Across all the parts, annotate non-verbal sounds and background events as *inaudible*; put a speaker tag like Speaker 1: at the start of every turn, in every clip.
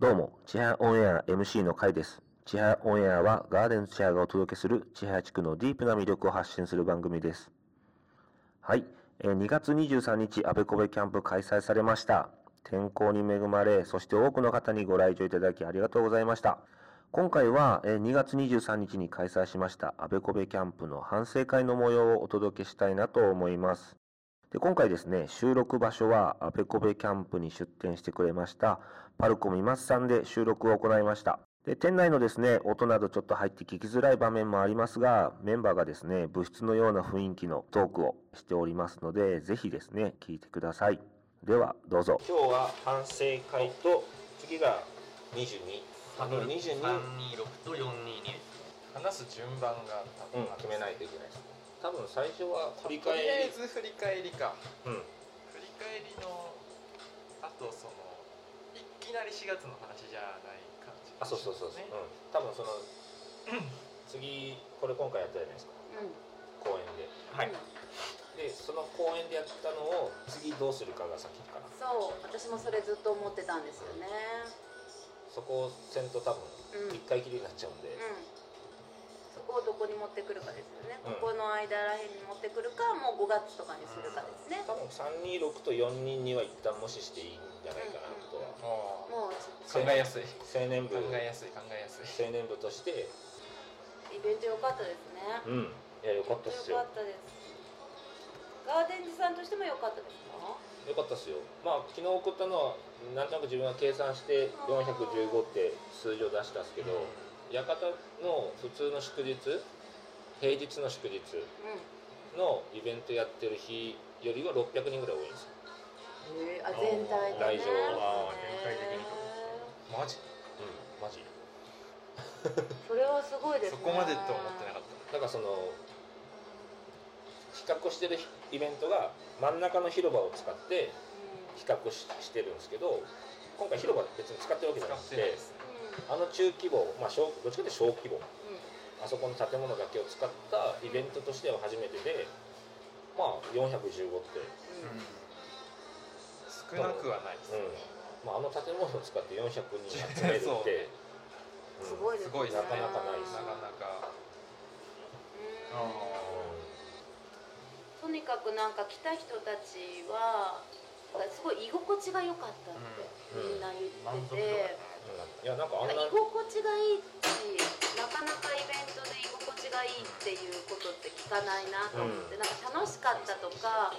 Speaker 1: どうも、千早オンエア MC の会です。千早オンエアはガーデンズ千早がお届けする千早地区のディープな魅力を発信する番組です。はい、えー2月23日、あべこべキャンプ開催されました。天候に恵まれ、そして多くの方にご来場いただきありがとうございました。今回はえー2月23日に開催しましたあべこべキャンプの反省会の模様をお届けしたいなと思います。で今回ですね、収録場所はアペコベキャンプに出店してくれました、パルコミマスさんで収録を行いました。で、店内のですね、音などちょっと入って聞きづらい場面もありますが、メンバーがですね、部室のような雰囲気のトークをしておりますので、ぜひですね、聞いてください。では、どうぞ。
Speaker 2: 今日は反省会と次が22
Speaker 3: あの326
Speaker 2: 22
Speaker 3: と422
Speaker 4: 話す順番が多
Speaker 2: う
Speaker 4: 分
Speaker 2: ん
Speaker 4: ある
Speaker 2: 決めないといけない多分最初は振り
Speaker 4: と
Speaker 2: 返
Speaker 4: りあえ
Speaker 2: り
Speaker 4: ず振り返りか
Speaker 2: うん
Speaker 4: 振り返りのあとそのいきなり4月の話じゃない感じ
Speaker 2: あそうそうそうそう、
Speaker 4: ね
Speaker 2: うん、多分その *clears throat* 次これ今回やったじゃないですか
Speaker 5: う、
Speaker 2: 公演で
Speaker 3: はい
Speaker 2: でその公演でやったのを次どうするかが先かなん
Speaker 5: そう私もそれずっと思ってたんですよね
Speaker 2: そこをせんと多分
Speaker 5: うん、うん
Speaker 2: 一、回きりになっちゃうんで、
Speaker 5: そこをどこに持ってくるかですよね、
Speaker 2: うん
Speaker 5: ここの間らへんに持ってくるかもう5月とかにするかですね、
Speaker 2: 多分326と422は一旦無視していいんじゃないかなと
Speaker 4: も
Speaker 5: もう
Speaker 2: は、
Speaker 4: う考えやすい
Speaker 2: 青年部
Speaker 4: 考
Speaker 2: 青
Speaker 4: えやすい考えやすい
Speaker 2: 年部として
Speaker 5: イベント良かったですね
Speaker 2: うんいやよかったっす
Speaker 5: 良
Speaker 2: よ
Speaker 5: かったですガーデンズさんとしても良かったですか
Speaker 2: よかったっすよまあ昨日送ったのはなんとなく自分が計算して415って数字を出したんですけど館の普通の祝日平日の祝日
Speaker 5: う
Speaker 2: のイベントやってる日よりは600人ぐらい多いんです
Speaker 5: ん
Speaker 2: よ
Speaker 5: へえあ全体でね
Speaker 2: 来場
Speaker 3: は
Speaker 5: へ
Speaker 3: 全体的に
Speaker 5: え
Speaker 4: マジ
Speaker 2: うんマジ
Speaker 5: それはすごいです
Speaker 4: そ
Speaker 5: ね
Speaker 4: こまでとは思ってなかっ
Speaker 2: だからその比較してるイベントが真ん中の広場を使って比較ししてるんですけど今回広場別に使ってるわけじゃ
Speaker 4: た
Speaker 2: な
Speaker 4: 使っ
Speaker 2: く
Speaker 4: てない
Speaker 2: て
Speaker 4: ですね
Speaker 2: あの中規模まあ小どっちかというと小規
Speaker 5: うんうん
Speaker 2: 模
Speaker 5: うん
Speaker 2: あそこの建物だけを使ったイベントとしては初めてでまあ415って、
Speaker 5: うん
Speaker 4: 少なくはないです、
Speaker 2: うんまあ、あの建物を使って400人集めるっ
Speaker 4: そうね、
Speaker 2: てうん
Speaker 5: すごいです
Speaker 4: ごいです
Speaker 2: な
Speaker 4: ね
Speaker 2: かなかない
Speaker 4: な
Speaker 2: です
Speaker 4: かなか
Speaker 5: うんとにかくなんか来た人たちはすごい居心地が良かったって
Speaker 2: うん
Speaker 5: みんな言っ
Speaker 3: 満
Speaker 5: て
Speaker 3: 足度が
Speaker 5: て、
Speaker 2: うんいやなんかあんな
Speaker 5: 居心地がいいしなかなかイベントで居心地がいいっていうことって聞かないなと思って、なんか楽しかったとか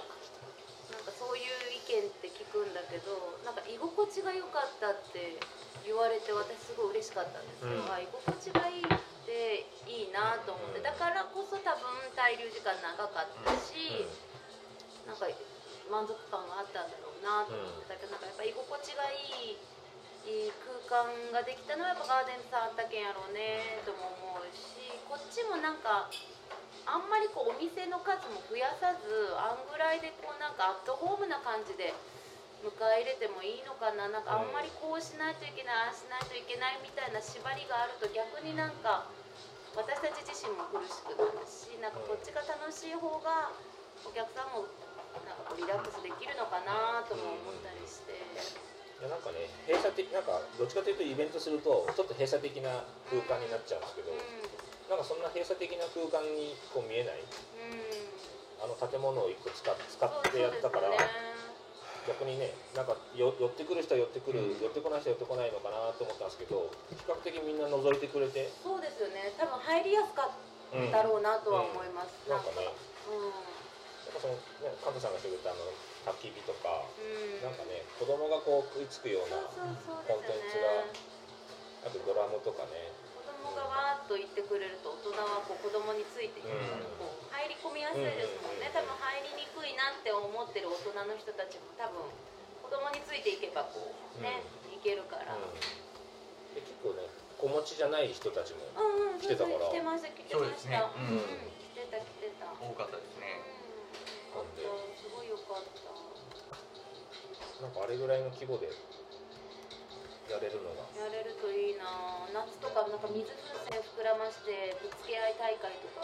Speaker 5: なんかそういう意見って聞くんだけどなんか居心地が良かったって言われて私すごい嬉しかったんですよ、
Speaker 2: うん
Speaker 5: あ居心地がいいっていいなと思ってだからこそ多分滞留時間長かったし、なんか満足感があったんだろうなと思ってたけど、なんかやっぱ居心地がいいいい空間ができたのはやっぱガーデンさんあったけんやろうねとも思うしこっちもなんかあんまりこうお店の数も増やさずあんぐらいでこうなんかアットホームな感じで迎え入れてもいいのかななんかあんまりこうしないといけないああしないといけないみたいな縛りがあると逆になんか私たち自身も苦しくなるしなんかこっちが楽しい方がお客さんもなんかこうリラックスできるのかなとも思ったりして。
Speaker 2: いやなんかね閉鎖的なんかどっちかというとイベントするとちょっと閉鎖的な空間になっちゃうんですけど
Speaker 5: う
Speaker 2: なんかそんな閉鎖的な空間にこう見えない
Speaker 5: んうん
Speaker 2: あの建物を一個使っ使
Speaker 5: そう
Speaker 2: ってやったから、
Speaker 5: そうです
Speaker 2: 逆にねなんかよ寄ってくる人は寄ってくる、寄ってこない人は寄ってこないのかなと思ったんですけど比較的みんな覗いてくれて、
Speaker 5: そうですよね多分入りやすか
Speaker 2: うん
Speaker 5: ったろうなとは思います、
Speaker 2: なんかねやっ
Speaker 5: うん
Speaker 2: ぱそのねカントさんがしてくれたあの焚き火とか、
Speaker 5: うん
Speaker 2: なんかね子供がこう食いつくよう
Speaker 5: そう
Speaker 2: な
Speaker 5: そうそう
Speaker 2: コン
Speaker 5: で
Speaker 2: テン
Speaker 5: す
Speaker 2: ツ
Speaker 5: よね
Speaker 2: があとドラムとかね
Speaker 5: 子供がわーっと言ってくれると大人はこう子供についていく、
Speaker 2: うん
Speaker 5: こう入り込みやすいですもんね、
Speaker 2: うん
Speaker 5: 多分入りにくいなって思ってる大人の人たちも多分子供についていけばこうね、いけるから、うん
Speaker 2: うん、で結構ね子持ちじゃない人たちも、
Speaker 5: うんうん、
Speaker 2: 来てたから
Speaker 5: 来てました来て
Speaker 3: そう
Speaker 5: ま
Speaker 3: で
Speaker 5: し
Speaker 3: すね
Speaker 5: た
Speaker 3: う
Speaker 5: うんん、来てた来てた
Speaker 3: 多かったですね
Speaker 5: よかったすごいよかった
Speaker 2: なんかあれぐらいの規模でやれるのが
Speaker 5: やれるといいな夏とかなんか水風船膨らましてぶつけ合い大会とか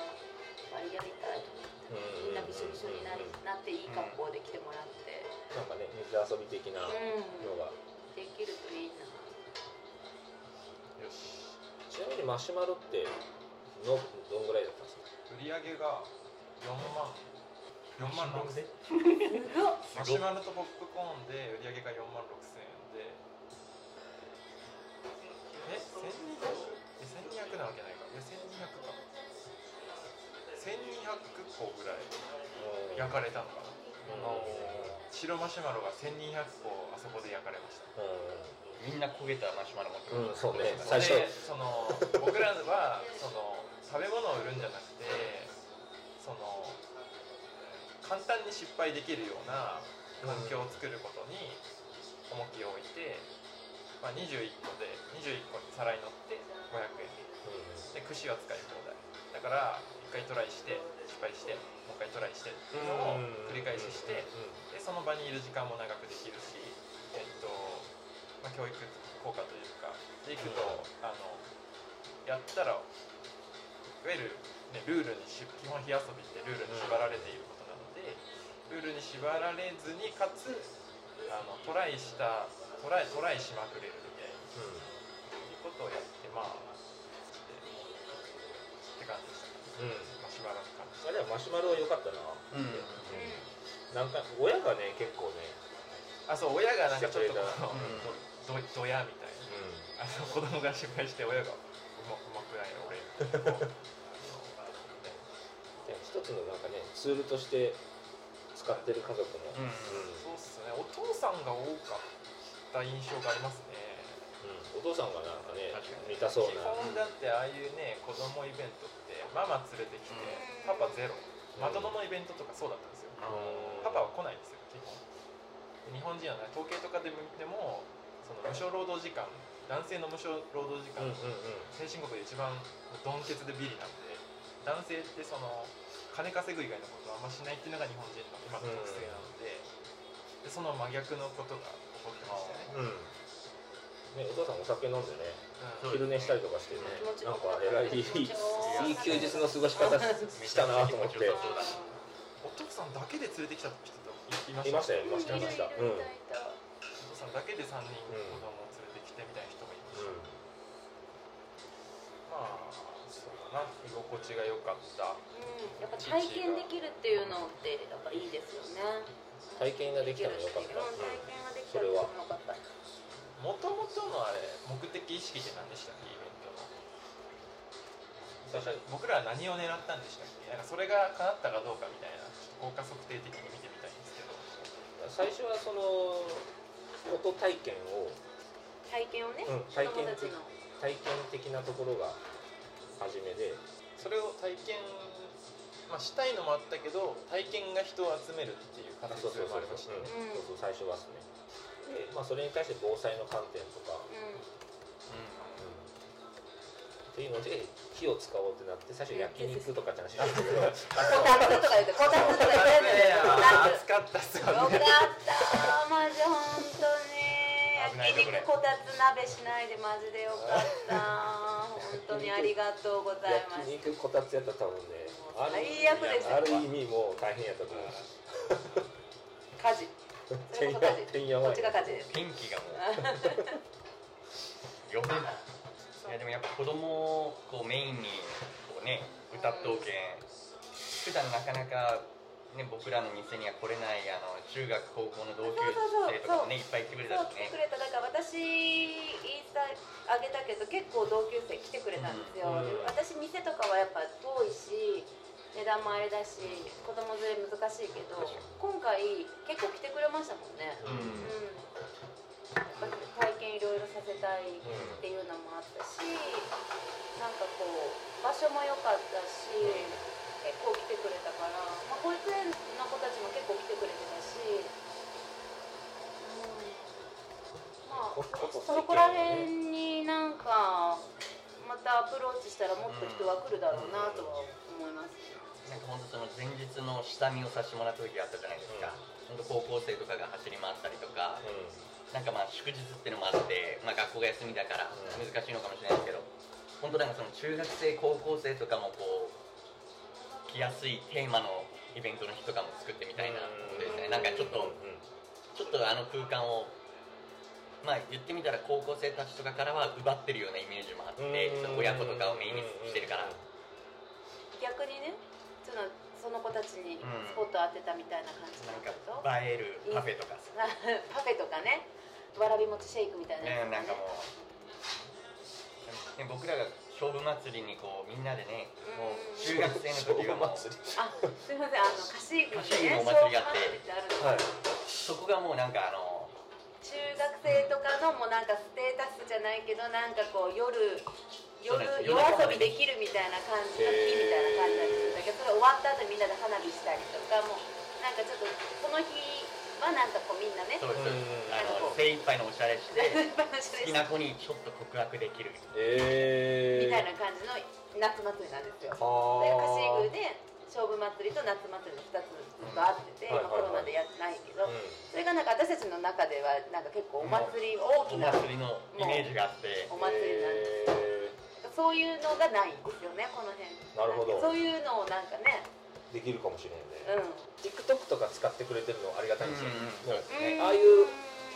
Speaker 5: やりやりたいと思って、
Speaker 2: うん
Speaker 5: みんなびしょびしょになりなっていい格好で来てもらって
Speaker 2: なんかね水遊び的
Speaker 5: う
Speaker 2: なの
Speaker 5: ん、
Speaker 2: が
Speaker 5: できるといいな
Speaker 2: めにマシュマロってのどんぐらいだったんですか
Speaker 4: 売り上げが4万4万6千マ
Speaker 2: すご
Speaker 4: シ
Speaker 2: っ
Speaker 4: ュマロとポップコーンで売り上げが4万6千円でえ千二百え千二百なわけないかいや千二百か千二百個ぐらい焼かれたのかな白マシュマロが千二百個あそこで焼かれました
Speaker 3: みんな焦げたマシュマロ持ってま
Speaker 2: うん、うん、
Speaker 3: した
Speaker 2: そうね
Speaker 4: で
Speaker 2: 最初
Speaker 4: その僕らはその食べ物を売るんじゃなくてその簡単に失敗できるような環境を作ることに重きを置いて、まあ、21個で21個に皿に乗って500円で串は使い放題だから1回トライして失敗してもう1回トライしてっていうのを繰り返しして、でその場にいる時間も長くできるし、えっとまあ、教育効果というかでいくと、あのやったらいわゆる、ね、ルールにし基本火遊びってルールに縛られていることなのでルールに縛られずにかつあのトライしたトライトライしまくれるみたいないうことをやってまあしてって感じでした
Speaker 2: うん、うん
Speaker 4: マシュマロの感じ
Speaker 2: あれはマシュマロは良かったな、
Speaker 3: うん
Speaker 2: なんか親がね結構ね、
Speaker 4: あそう親がなんかちょっとこ
Speaker 2: う
Speaker 4: のどどやみたいな。あ
Speaker 2: う
Speaker 4: の子供が失敗して親がうまうまくない俺
Speaker 2: ん、で一つのなんかねツールとして使ってる家族の、
Speaker 3: うん
Speaker 4: そうっすねお父さんが多かった印象がありますね
Speaker 2: うんお父さんがなんかね
Speaker 3: 確かに
Speaker 2: 見たそう
Speaker 4: 基
Speaker 2: な、
Speaker 4: 本だってああいうね子供イベントってママ連れてきてパパゼロまとものイベントとかそうだったんですよ
Speaker 2: うん
Speaker 4: パパは来ないんですよ基本で日本人はね統計とかでもでもその無償労働時間男性の無償労働時間
Speaker 2: うんうんうん
Speaker 4: 先進国で一番ドンケツでビリなんで男性ってその金稼ぐ以外のことはあんましないっていうのが日本人の今の特性なので,、でその真逆のことが起こってましたね、
Speaker 2: うんね、お父さんお酒飲んでね
Speaker 3: そう
Speaker 2: 昼寝したりとかしてね
Speaker 5: 気持ち
Speaker 2: なん
Speaker 5: よ
Speaker 2: か
Speaker 5: かった
Speaker 2: 偉いいい
Speaker 5: 気持ちよかった
Speaker 2: いい休日の過ごし方ししたなと思って
Speaker 3: そうだ
Speaker 4: お父さんだけで連れてきた人とい
Speaker 2: い
Speaker 4: い
Speaker 2: ま
Speaker 4: ま
Speaker 2: し
Speaker 4: したた
Speaker 2: よいましたいましたうんうん
Speaker 4: お父さんだけで3人子供を連れてきてみたいな人がいました、まあそうだな居心地が良かった
Speaker 5: やっぱ体験できるっていうのってやっぱいいですよね
Speaker 2: 体験ができたのよかった
Speaker 5: うん体験ができたのよかった
Speaker 4: もともとのあれ目的意識って何でしたっけイベントの最初僕らは何を狙ったんでしたっけなんかそれが叶ったかどうかみたいなちょっと効果測定的に見てみたいんですけど
Speaker 2: 最初はその音体験を
Speaker 5: 体験をね、
Speaker 2: うん
Speaker 5: 子
Speaker 2: 体
Speaker 5: 供
Speaker 2: 験
Speaker 5: たちの
Speaker 2: 体験的なところが初めで
Speaker 4: それを体験、まあ、したいのもあったけど体験が人を集めるっていう形もありました
Speaker 2: うん
Speaker 4: ね
Speaker 2: そうそう最初はですねで、まあ、それに対して防災の観点とか、
Speaker 5: う
Speaker 2: っていうので火を使おうってなって最初焼肉とかって話してたけ
Speaker 5: ん、
Speaker 2: ど
Speaker 5: こたつとか言ってこたつとか言って
Speaker 2: *laughs*
Speaker 5: こ
Speaker 4: *laughs*
Speaker 5: たつ
Speaker 4: 暑かったっす
Speaker 5: よか
Speaker 4: よ
Speaker 5: った
Speaker 4: ね
Speaker 5: マジ本当に
Speaker 3: 危ないとこね
Speaker 5: 焼肉こたつ鍋しないでマジでよかった本当にありがとうございま
Speaker 2: 焼
Speaker 5: す
Speaker 2: 肉こたつやったら多分ねある
Speaker 5: 最悪ですよ
Speaker 2: ある意味もう大変やったと思う
Speaker 5: 家事そ
Speaker 2: て
Speaker 5: れ
Speaker 2: ん
Speaker 5: こ
Speaker 2: や
Speaker 5: そ家事
Speaker 2: てんや
Speaker 5: こ
Speaker 2: わ
Speaker 5: っちが家事で
Speaker 4: *laughs*
Speaker 5: す
Speaker 3: 天気がもう予定いやでもやっぱ子供をこうメインにこうね歌っとうけん普段なかなかね僕らの店には来れないあの中学高校の同級生とかもねいっぱい来てくれた
Speaker 5: そう
Speaker 3: し
Speaker 5: 来て
Speaker 3: ね
Speaker 5: くれただから私インスタあげたけど結構同級生来てくれたんですよ、
Speaker 2: うんうん
Speaker 5: 私店とかはやっぱ遠いし値段もあれだし子供連れ難しいけど今回結構来てくれましたもんね
Speaker 3: うん
Speaker 5: うんやっぱり体験いろいろさせたいっていうのもあったしなんかこう場所も良かったし結構来てくれたから、まあ、保育園の子たちも結構来てくれてたし、うん、まあ
Speaker 2: ここ
Speaker 5: そこら辺になんかまたアプローチしたらもっと人は来るだろうなとは思います、
Speaker 3: なんか本当その前日の下見をさせてもらった時があったじゃないですか、ほん、本当高校生とかが走り回ったりとか、なんかまあ祝日ってのもあって、まあ、学校が休みだから
Speaker 2: うん
Speaker 3: 難しいのかもしれないですけど本当なんかその中学生高校生とかもこう来やすいテーマのイベントの日とかも作ってみたいなことですねなんかちょっとちょっとあの空間を
Speaker 4: まあ言ってみたら高校生たちとかからは奪ってるようなイメージもあって
Speaker 2: うん
Speaker 4: その親子とかをメインにしてるから
Speaker 5: 逆にねそのその子たちに
Speaker 4: うん
Speaker 5: スポットを当てたみたいな感じ
Speaker 4: な
Speaker 5: なんんだけど、
Speaker 4: か映えるパフェとかさ、
Speaker 5: な *laughs* パフェとかねわらび餅シェイクみたいなや
Speaker 4: ね
Speaker 5: つ、
Speaker 4: なんかもう、ね、僕らが勝負祭りにこうみんなでねもう中学生の時はもう
Speaker 5: あ
Speaker 2: り
Speaker 5: すいませんあの菓子具
Speaker 4: 菓子
Speaker 5: で
Speaker 4: 具のお
Speaker 5: ね
Speaker 4: 祭りがあって
Speaker 5: 祭りってあるの、
Speaker 2: はい
Speaker 4: そこがもうなんかあの
Speaker 5: 中学生とかのもうなんかステータスじゃないけどなんかこう夜
Speaker 4: そ
Speaker 5: 夜
Speaker 4: うです
Speaker 5: 夜遊びできるみたいな感じの日みたいな感じなんですよだけどそれ終わった後みんなで花火したりとかもうなんかちょっとその日はなんかこうみんなね *laughs*
Speaker 4: そうです
Speaker 5: なんか
Speaker 4: あ
Speaker 5: こ
Speaker 4: の
Speaker 5: う
Speaker 4: 精一杯のおしゃれして好き
Speaker 5: み
Speaker 4: な子にちょっと告白できる
Speaker 2: えー、
Speaker 5: たいな感じの夏祭りなんですよ。で
Speaker 2: あ
Speaker 5: 菓子具
Speaker 2: ー
Speaker 5: で勝負祭りと夏祭りの2つずっとあってて、
Speaker 2: う
Speaker 5: 今
Speaker 2: ん
Speaker 5: コロナでやってないけど、
Speaker 2: う
Speaker 5: それがなんか私たちの中ではなんか結構お祭り大
Speaker 4: お
Speaker 5: きな
Speaker 4: 祭りのイメージがあって
Speaker 5: お
Speaker 2: ん
Speaker 5: 祭りなんで
Speaker 2: え
Speaker 5: そういうのがないんですよねこの辺
Speaker 2: なるほど
Speaker 5: そういうのをなんかね
Speaker 2: ーできるかもしれん
Speaker 5: う
Speaker 2: ね、
Speaker 5: ん
Speaker 2: TikTok とか使ってくれてるのありがたいですよ、
Speaker 4: う
Speaker 2: うん
Speaker 5: うーん
Speaker 2: ああいう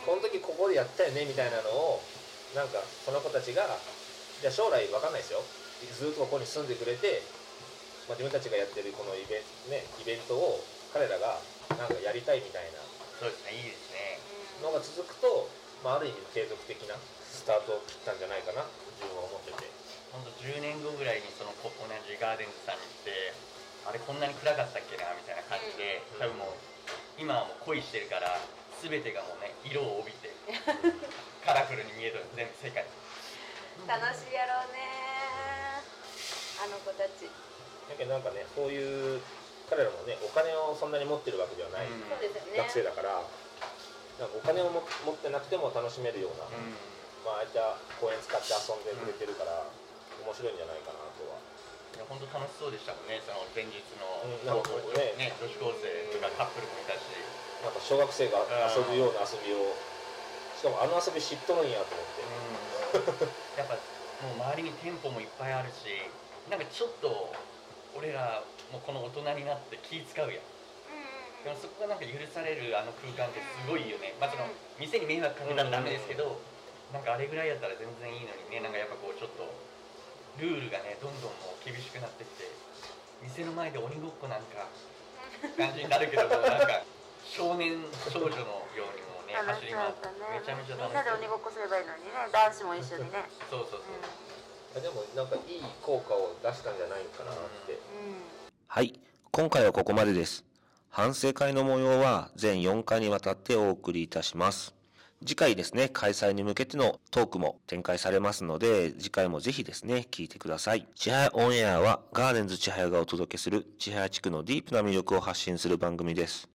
Speaker 2: この時ここでやったよねみたいなのをなんかその子たちがじゃあ将来わかんないですよずっとここに住んでくれて、まあ、自分たちがやってるこのイベ,、ね、イベントを彼らがなんかやりたいみたいな
Speaker 4: そうですねいいですね
Speaker 2: のが続くと、まあ、ある意味継続的なスタートを切ったんじゃないかな自分は思ってて
Speaker 4: 本当10年後ぐらいにそのこ同じガーデンズさんに行ってあれこんなに暗かったっけなみたいな感じで、
Speaker 2: うん
Speaker 4: 多分もう今はもう恋してるから全てがもうね色を帯びてカラフルに見える全部世界
Speaker 5: 楽しいやろうねあの子たち、
Speaker 2: だけどなんかねそういう彼らもねお金をそんなに持ってるわけではない、
Speaker 4: うん
Speaker 5: そうですよね
Speaker 2: 学生だからなんかお金をも持ってなくても楽しめるような、
Speaker 4: うん
Speaker 2: まあ、ああいった公園使って遊んでくれてるから、面白いんじゃないかなとは、
Speaker 4: いや本当楽しそうでしたもんねその前日
Speaker 2: うん
Speaker 4: の
Speaker 2: なん
Speaker 4: 高
Speaker 2: か
Speaker 4: 校
Speaker 2: こう
Speaker 4: 生、
Speaker 2: ね
Speaker 4: ね、女子高生とかカップルもいたし
Speaker 2: なんか小学生が遊ぶような遊びをしかもあの遊び知っとるんやと思って、
Speaker 4: やっぱもう周りに店舗もいっぱいあるしなんかちょっと俺らもうこの大人になって気使うやんで
Speaker 5: うんうんうん
Speaker 4: もそこがなんか許されるあの空間ってすごいよねまあその店に迷惑かけたらダメですけどなんかあれぐらいやったら全然いいのにねなんかやっぱこうちょっとルールがねどんどんもう厳しくなってきて店の前で鬼ごっこなんか感じになるけどもなんか少年少女のようにもうね
Speaker 5: *laughs* 楽
Speaker 4: 走
Speaker 5: し
Speaker 4: り
Speaker 5: か
Speaker 4: 回っ
Speaker 5: ってた
Speaker 4: めちゃめ
Speaker 5: ね
Speaker 4: ちゃ
Speaker 5: みんな
Speaker 4: 楽し
Speaker 5: で鬼ごっこすればいいのにね男子も一緒にね
Speaker 4: そうそうそう
Speaker 2: でもなんかいい効果を出したんじゃないかなって、
Speaker 5: うん、うん
Speaker 1: はい、今回はここまでです。反省会の模様は全4回にわたってお送りいたします。次回ですね、開催に向けてのトークも展開されますので、次回もぜひですね、聞いてください。千早オンエアはガーデンズ千早がお届けする千早地区のディープな魅力を発信する番組です。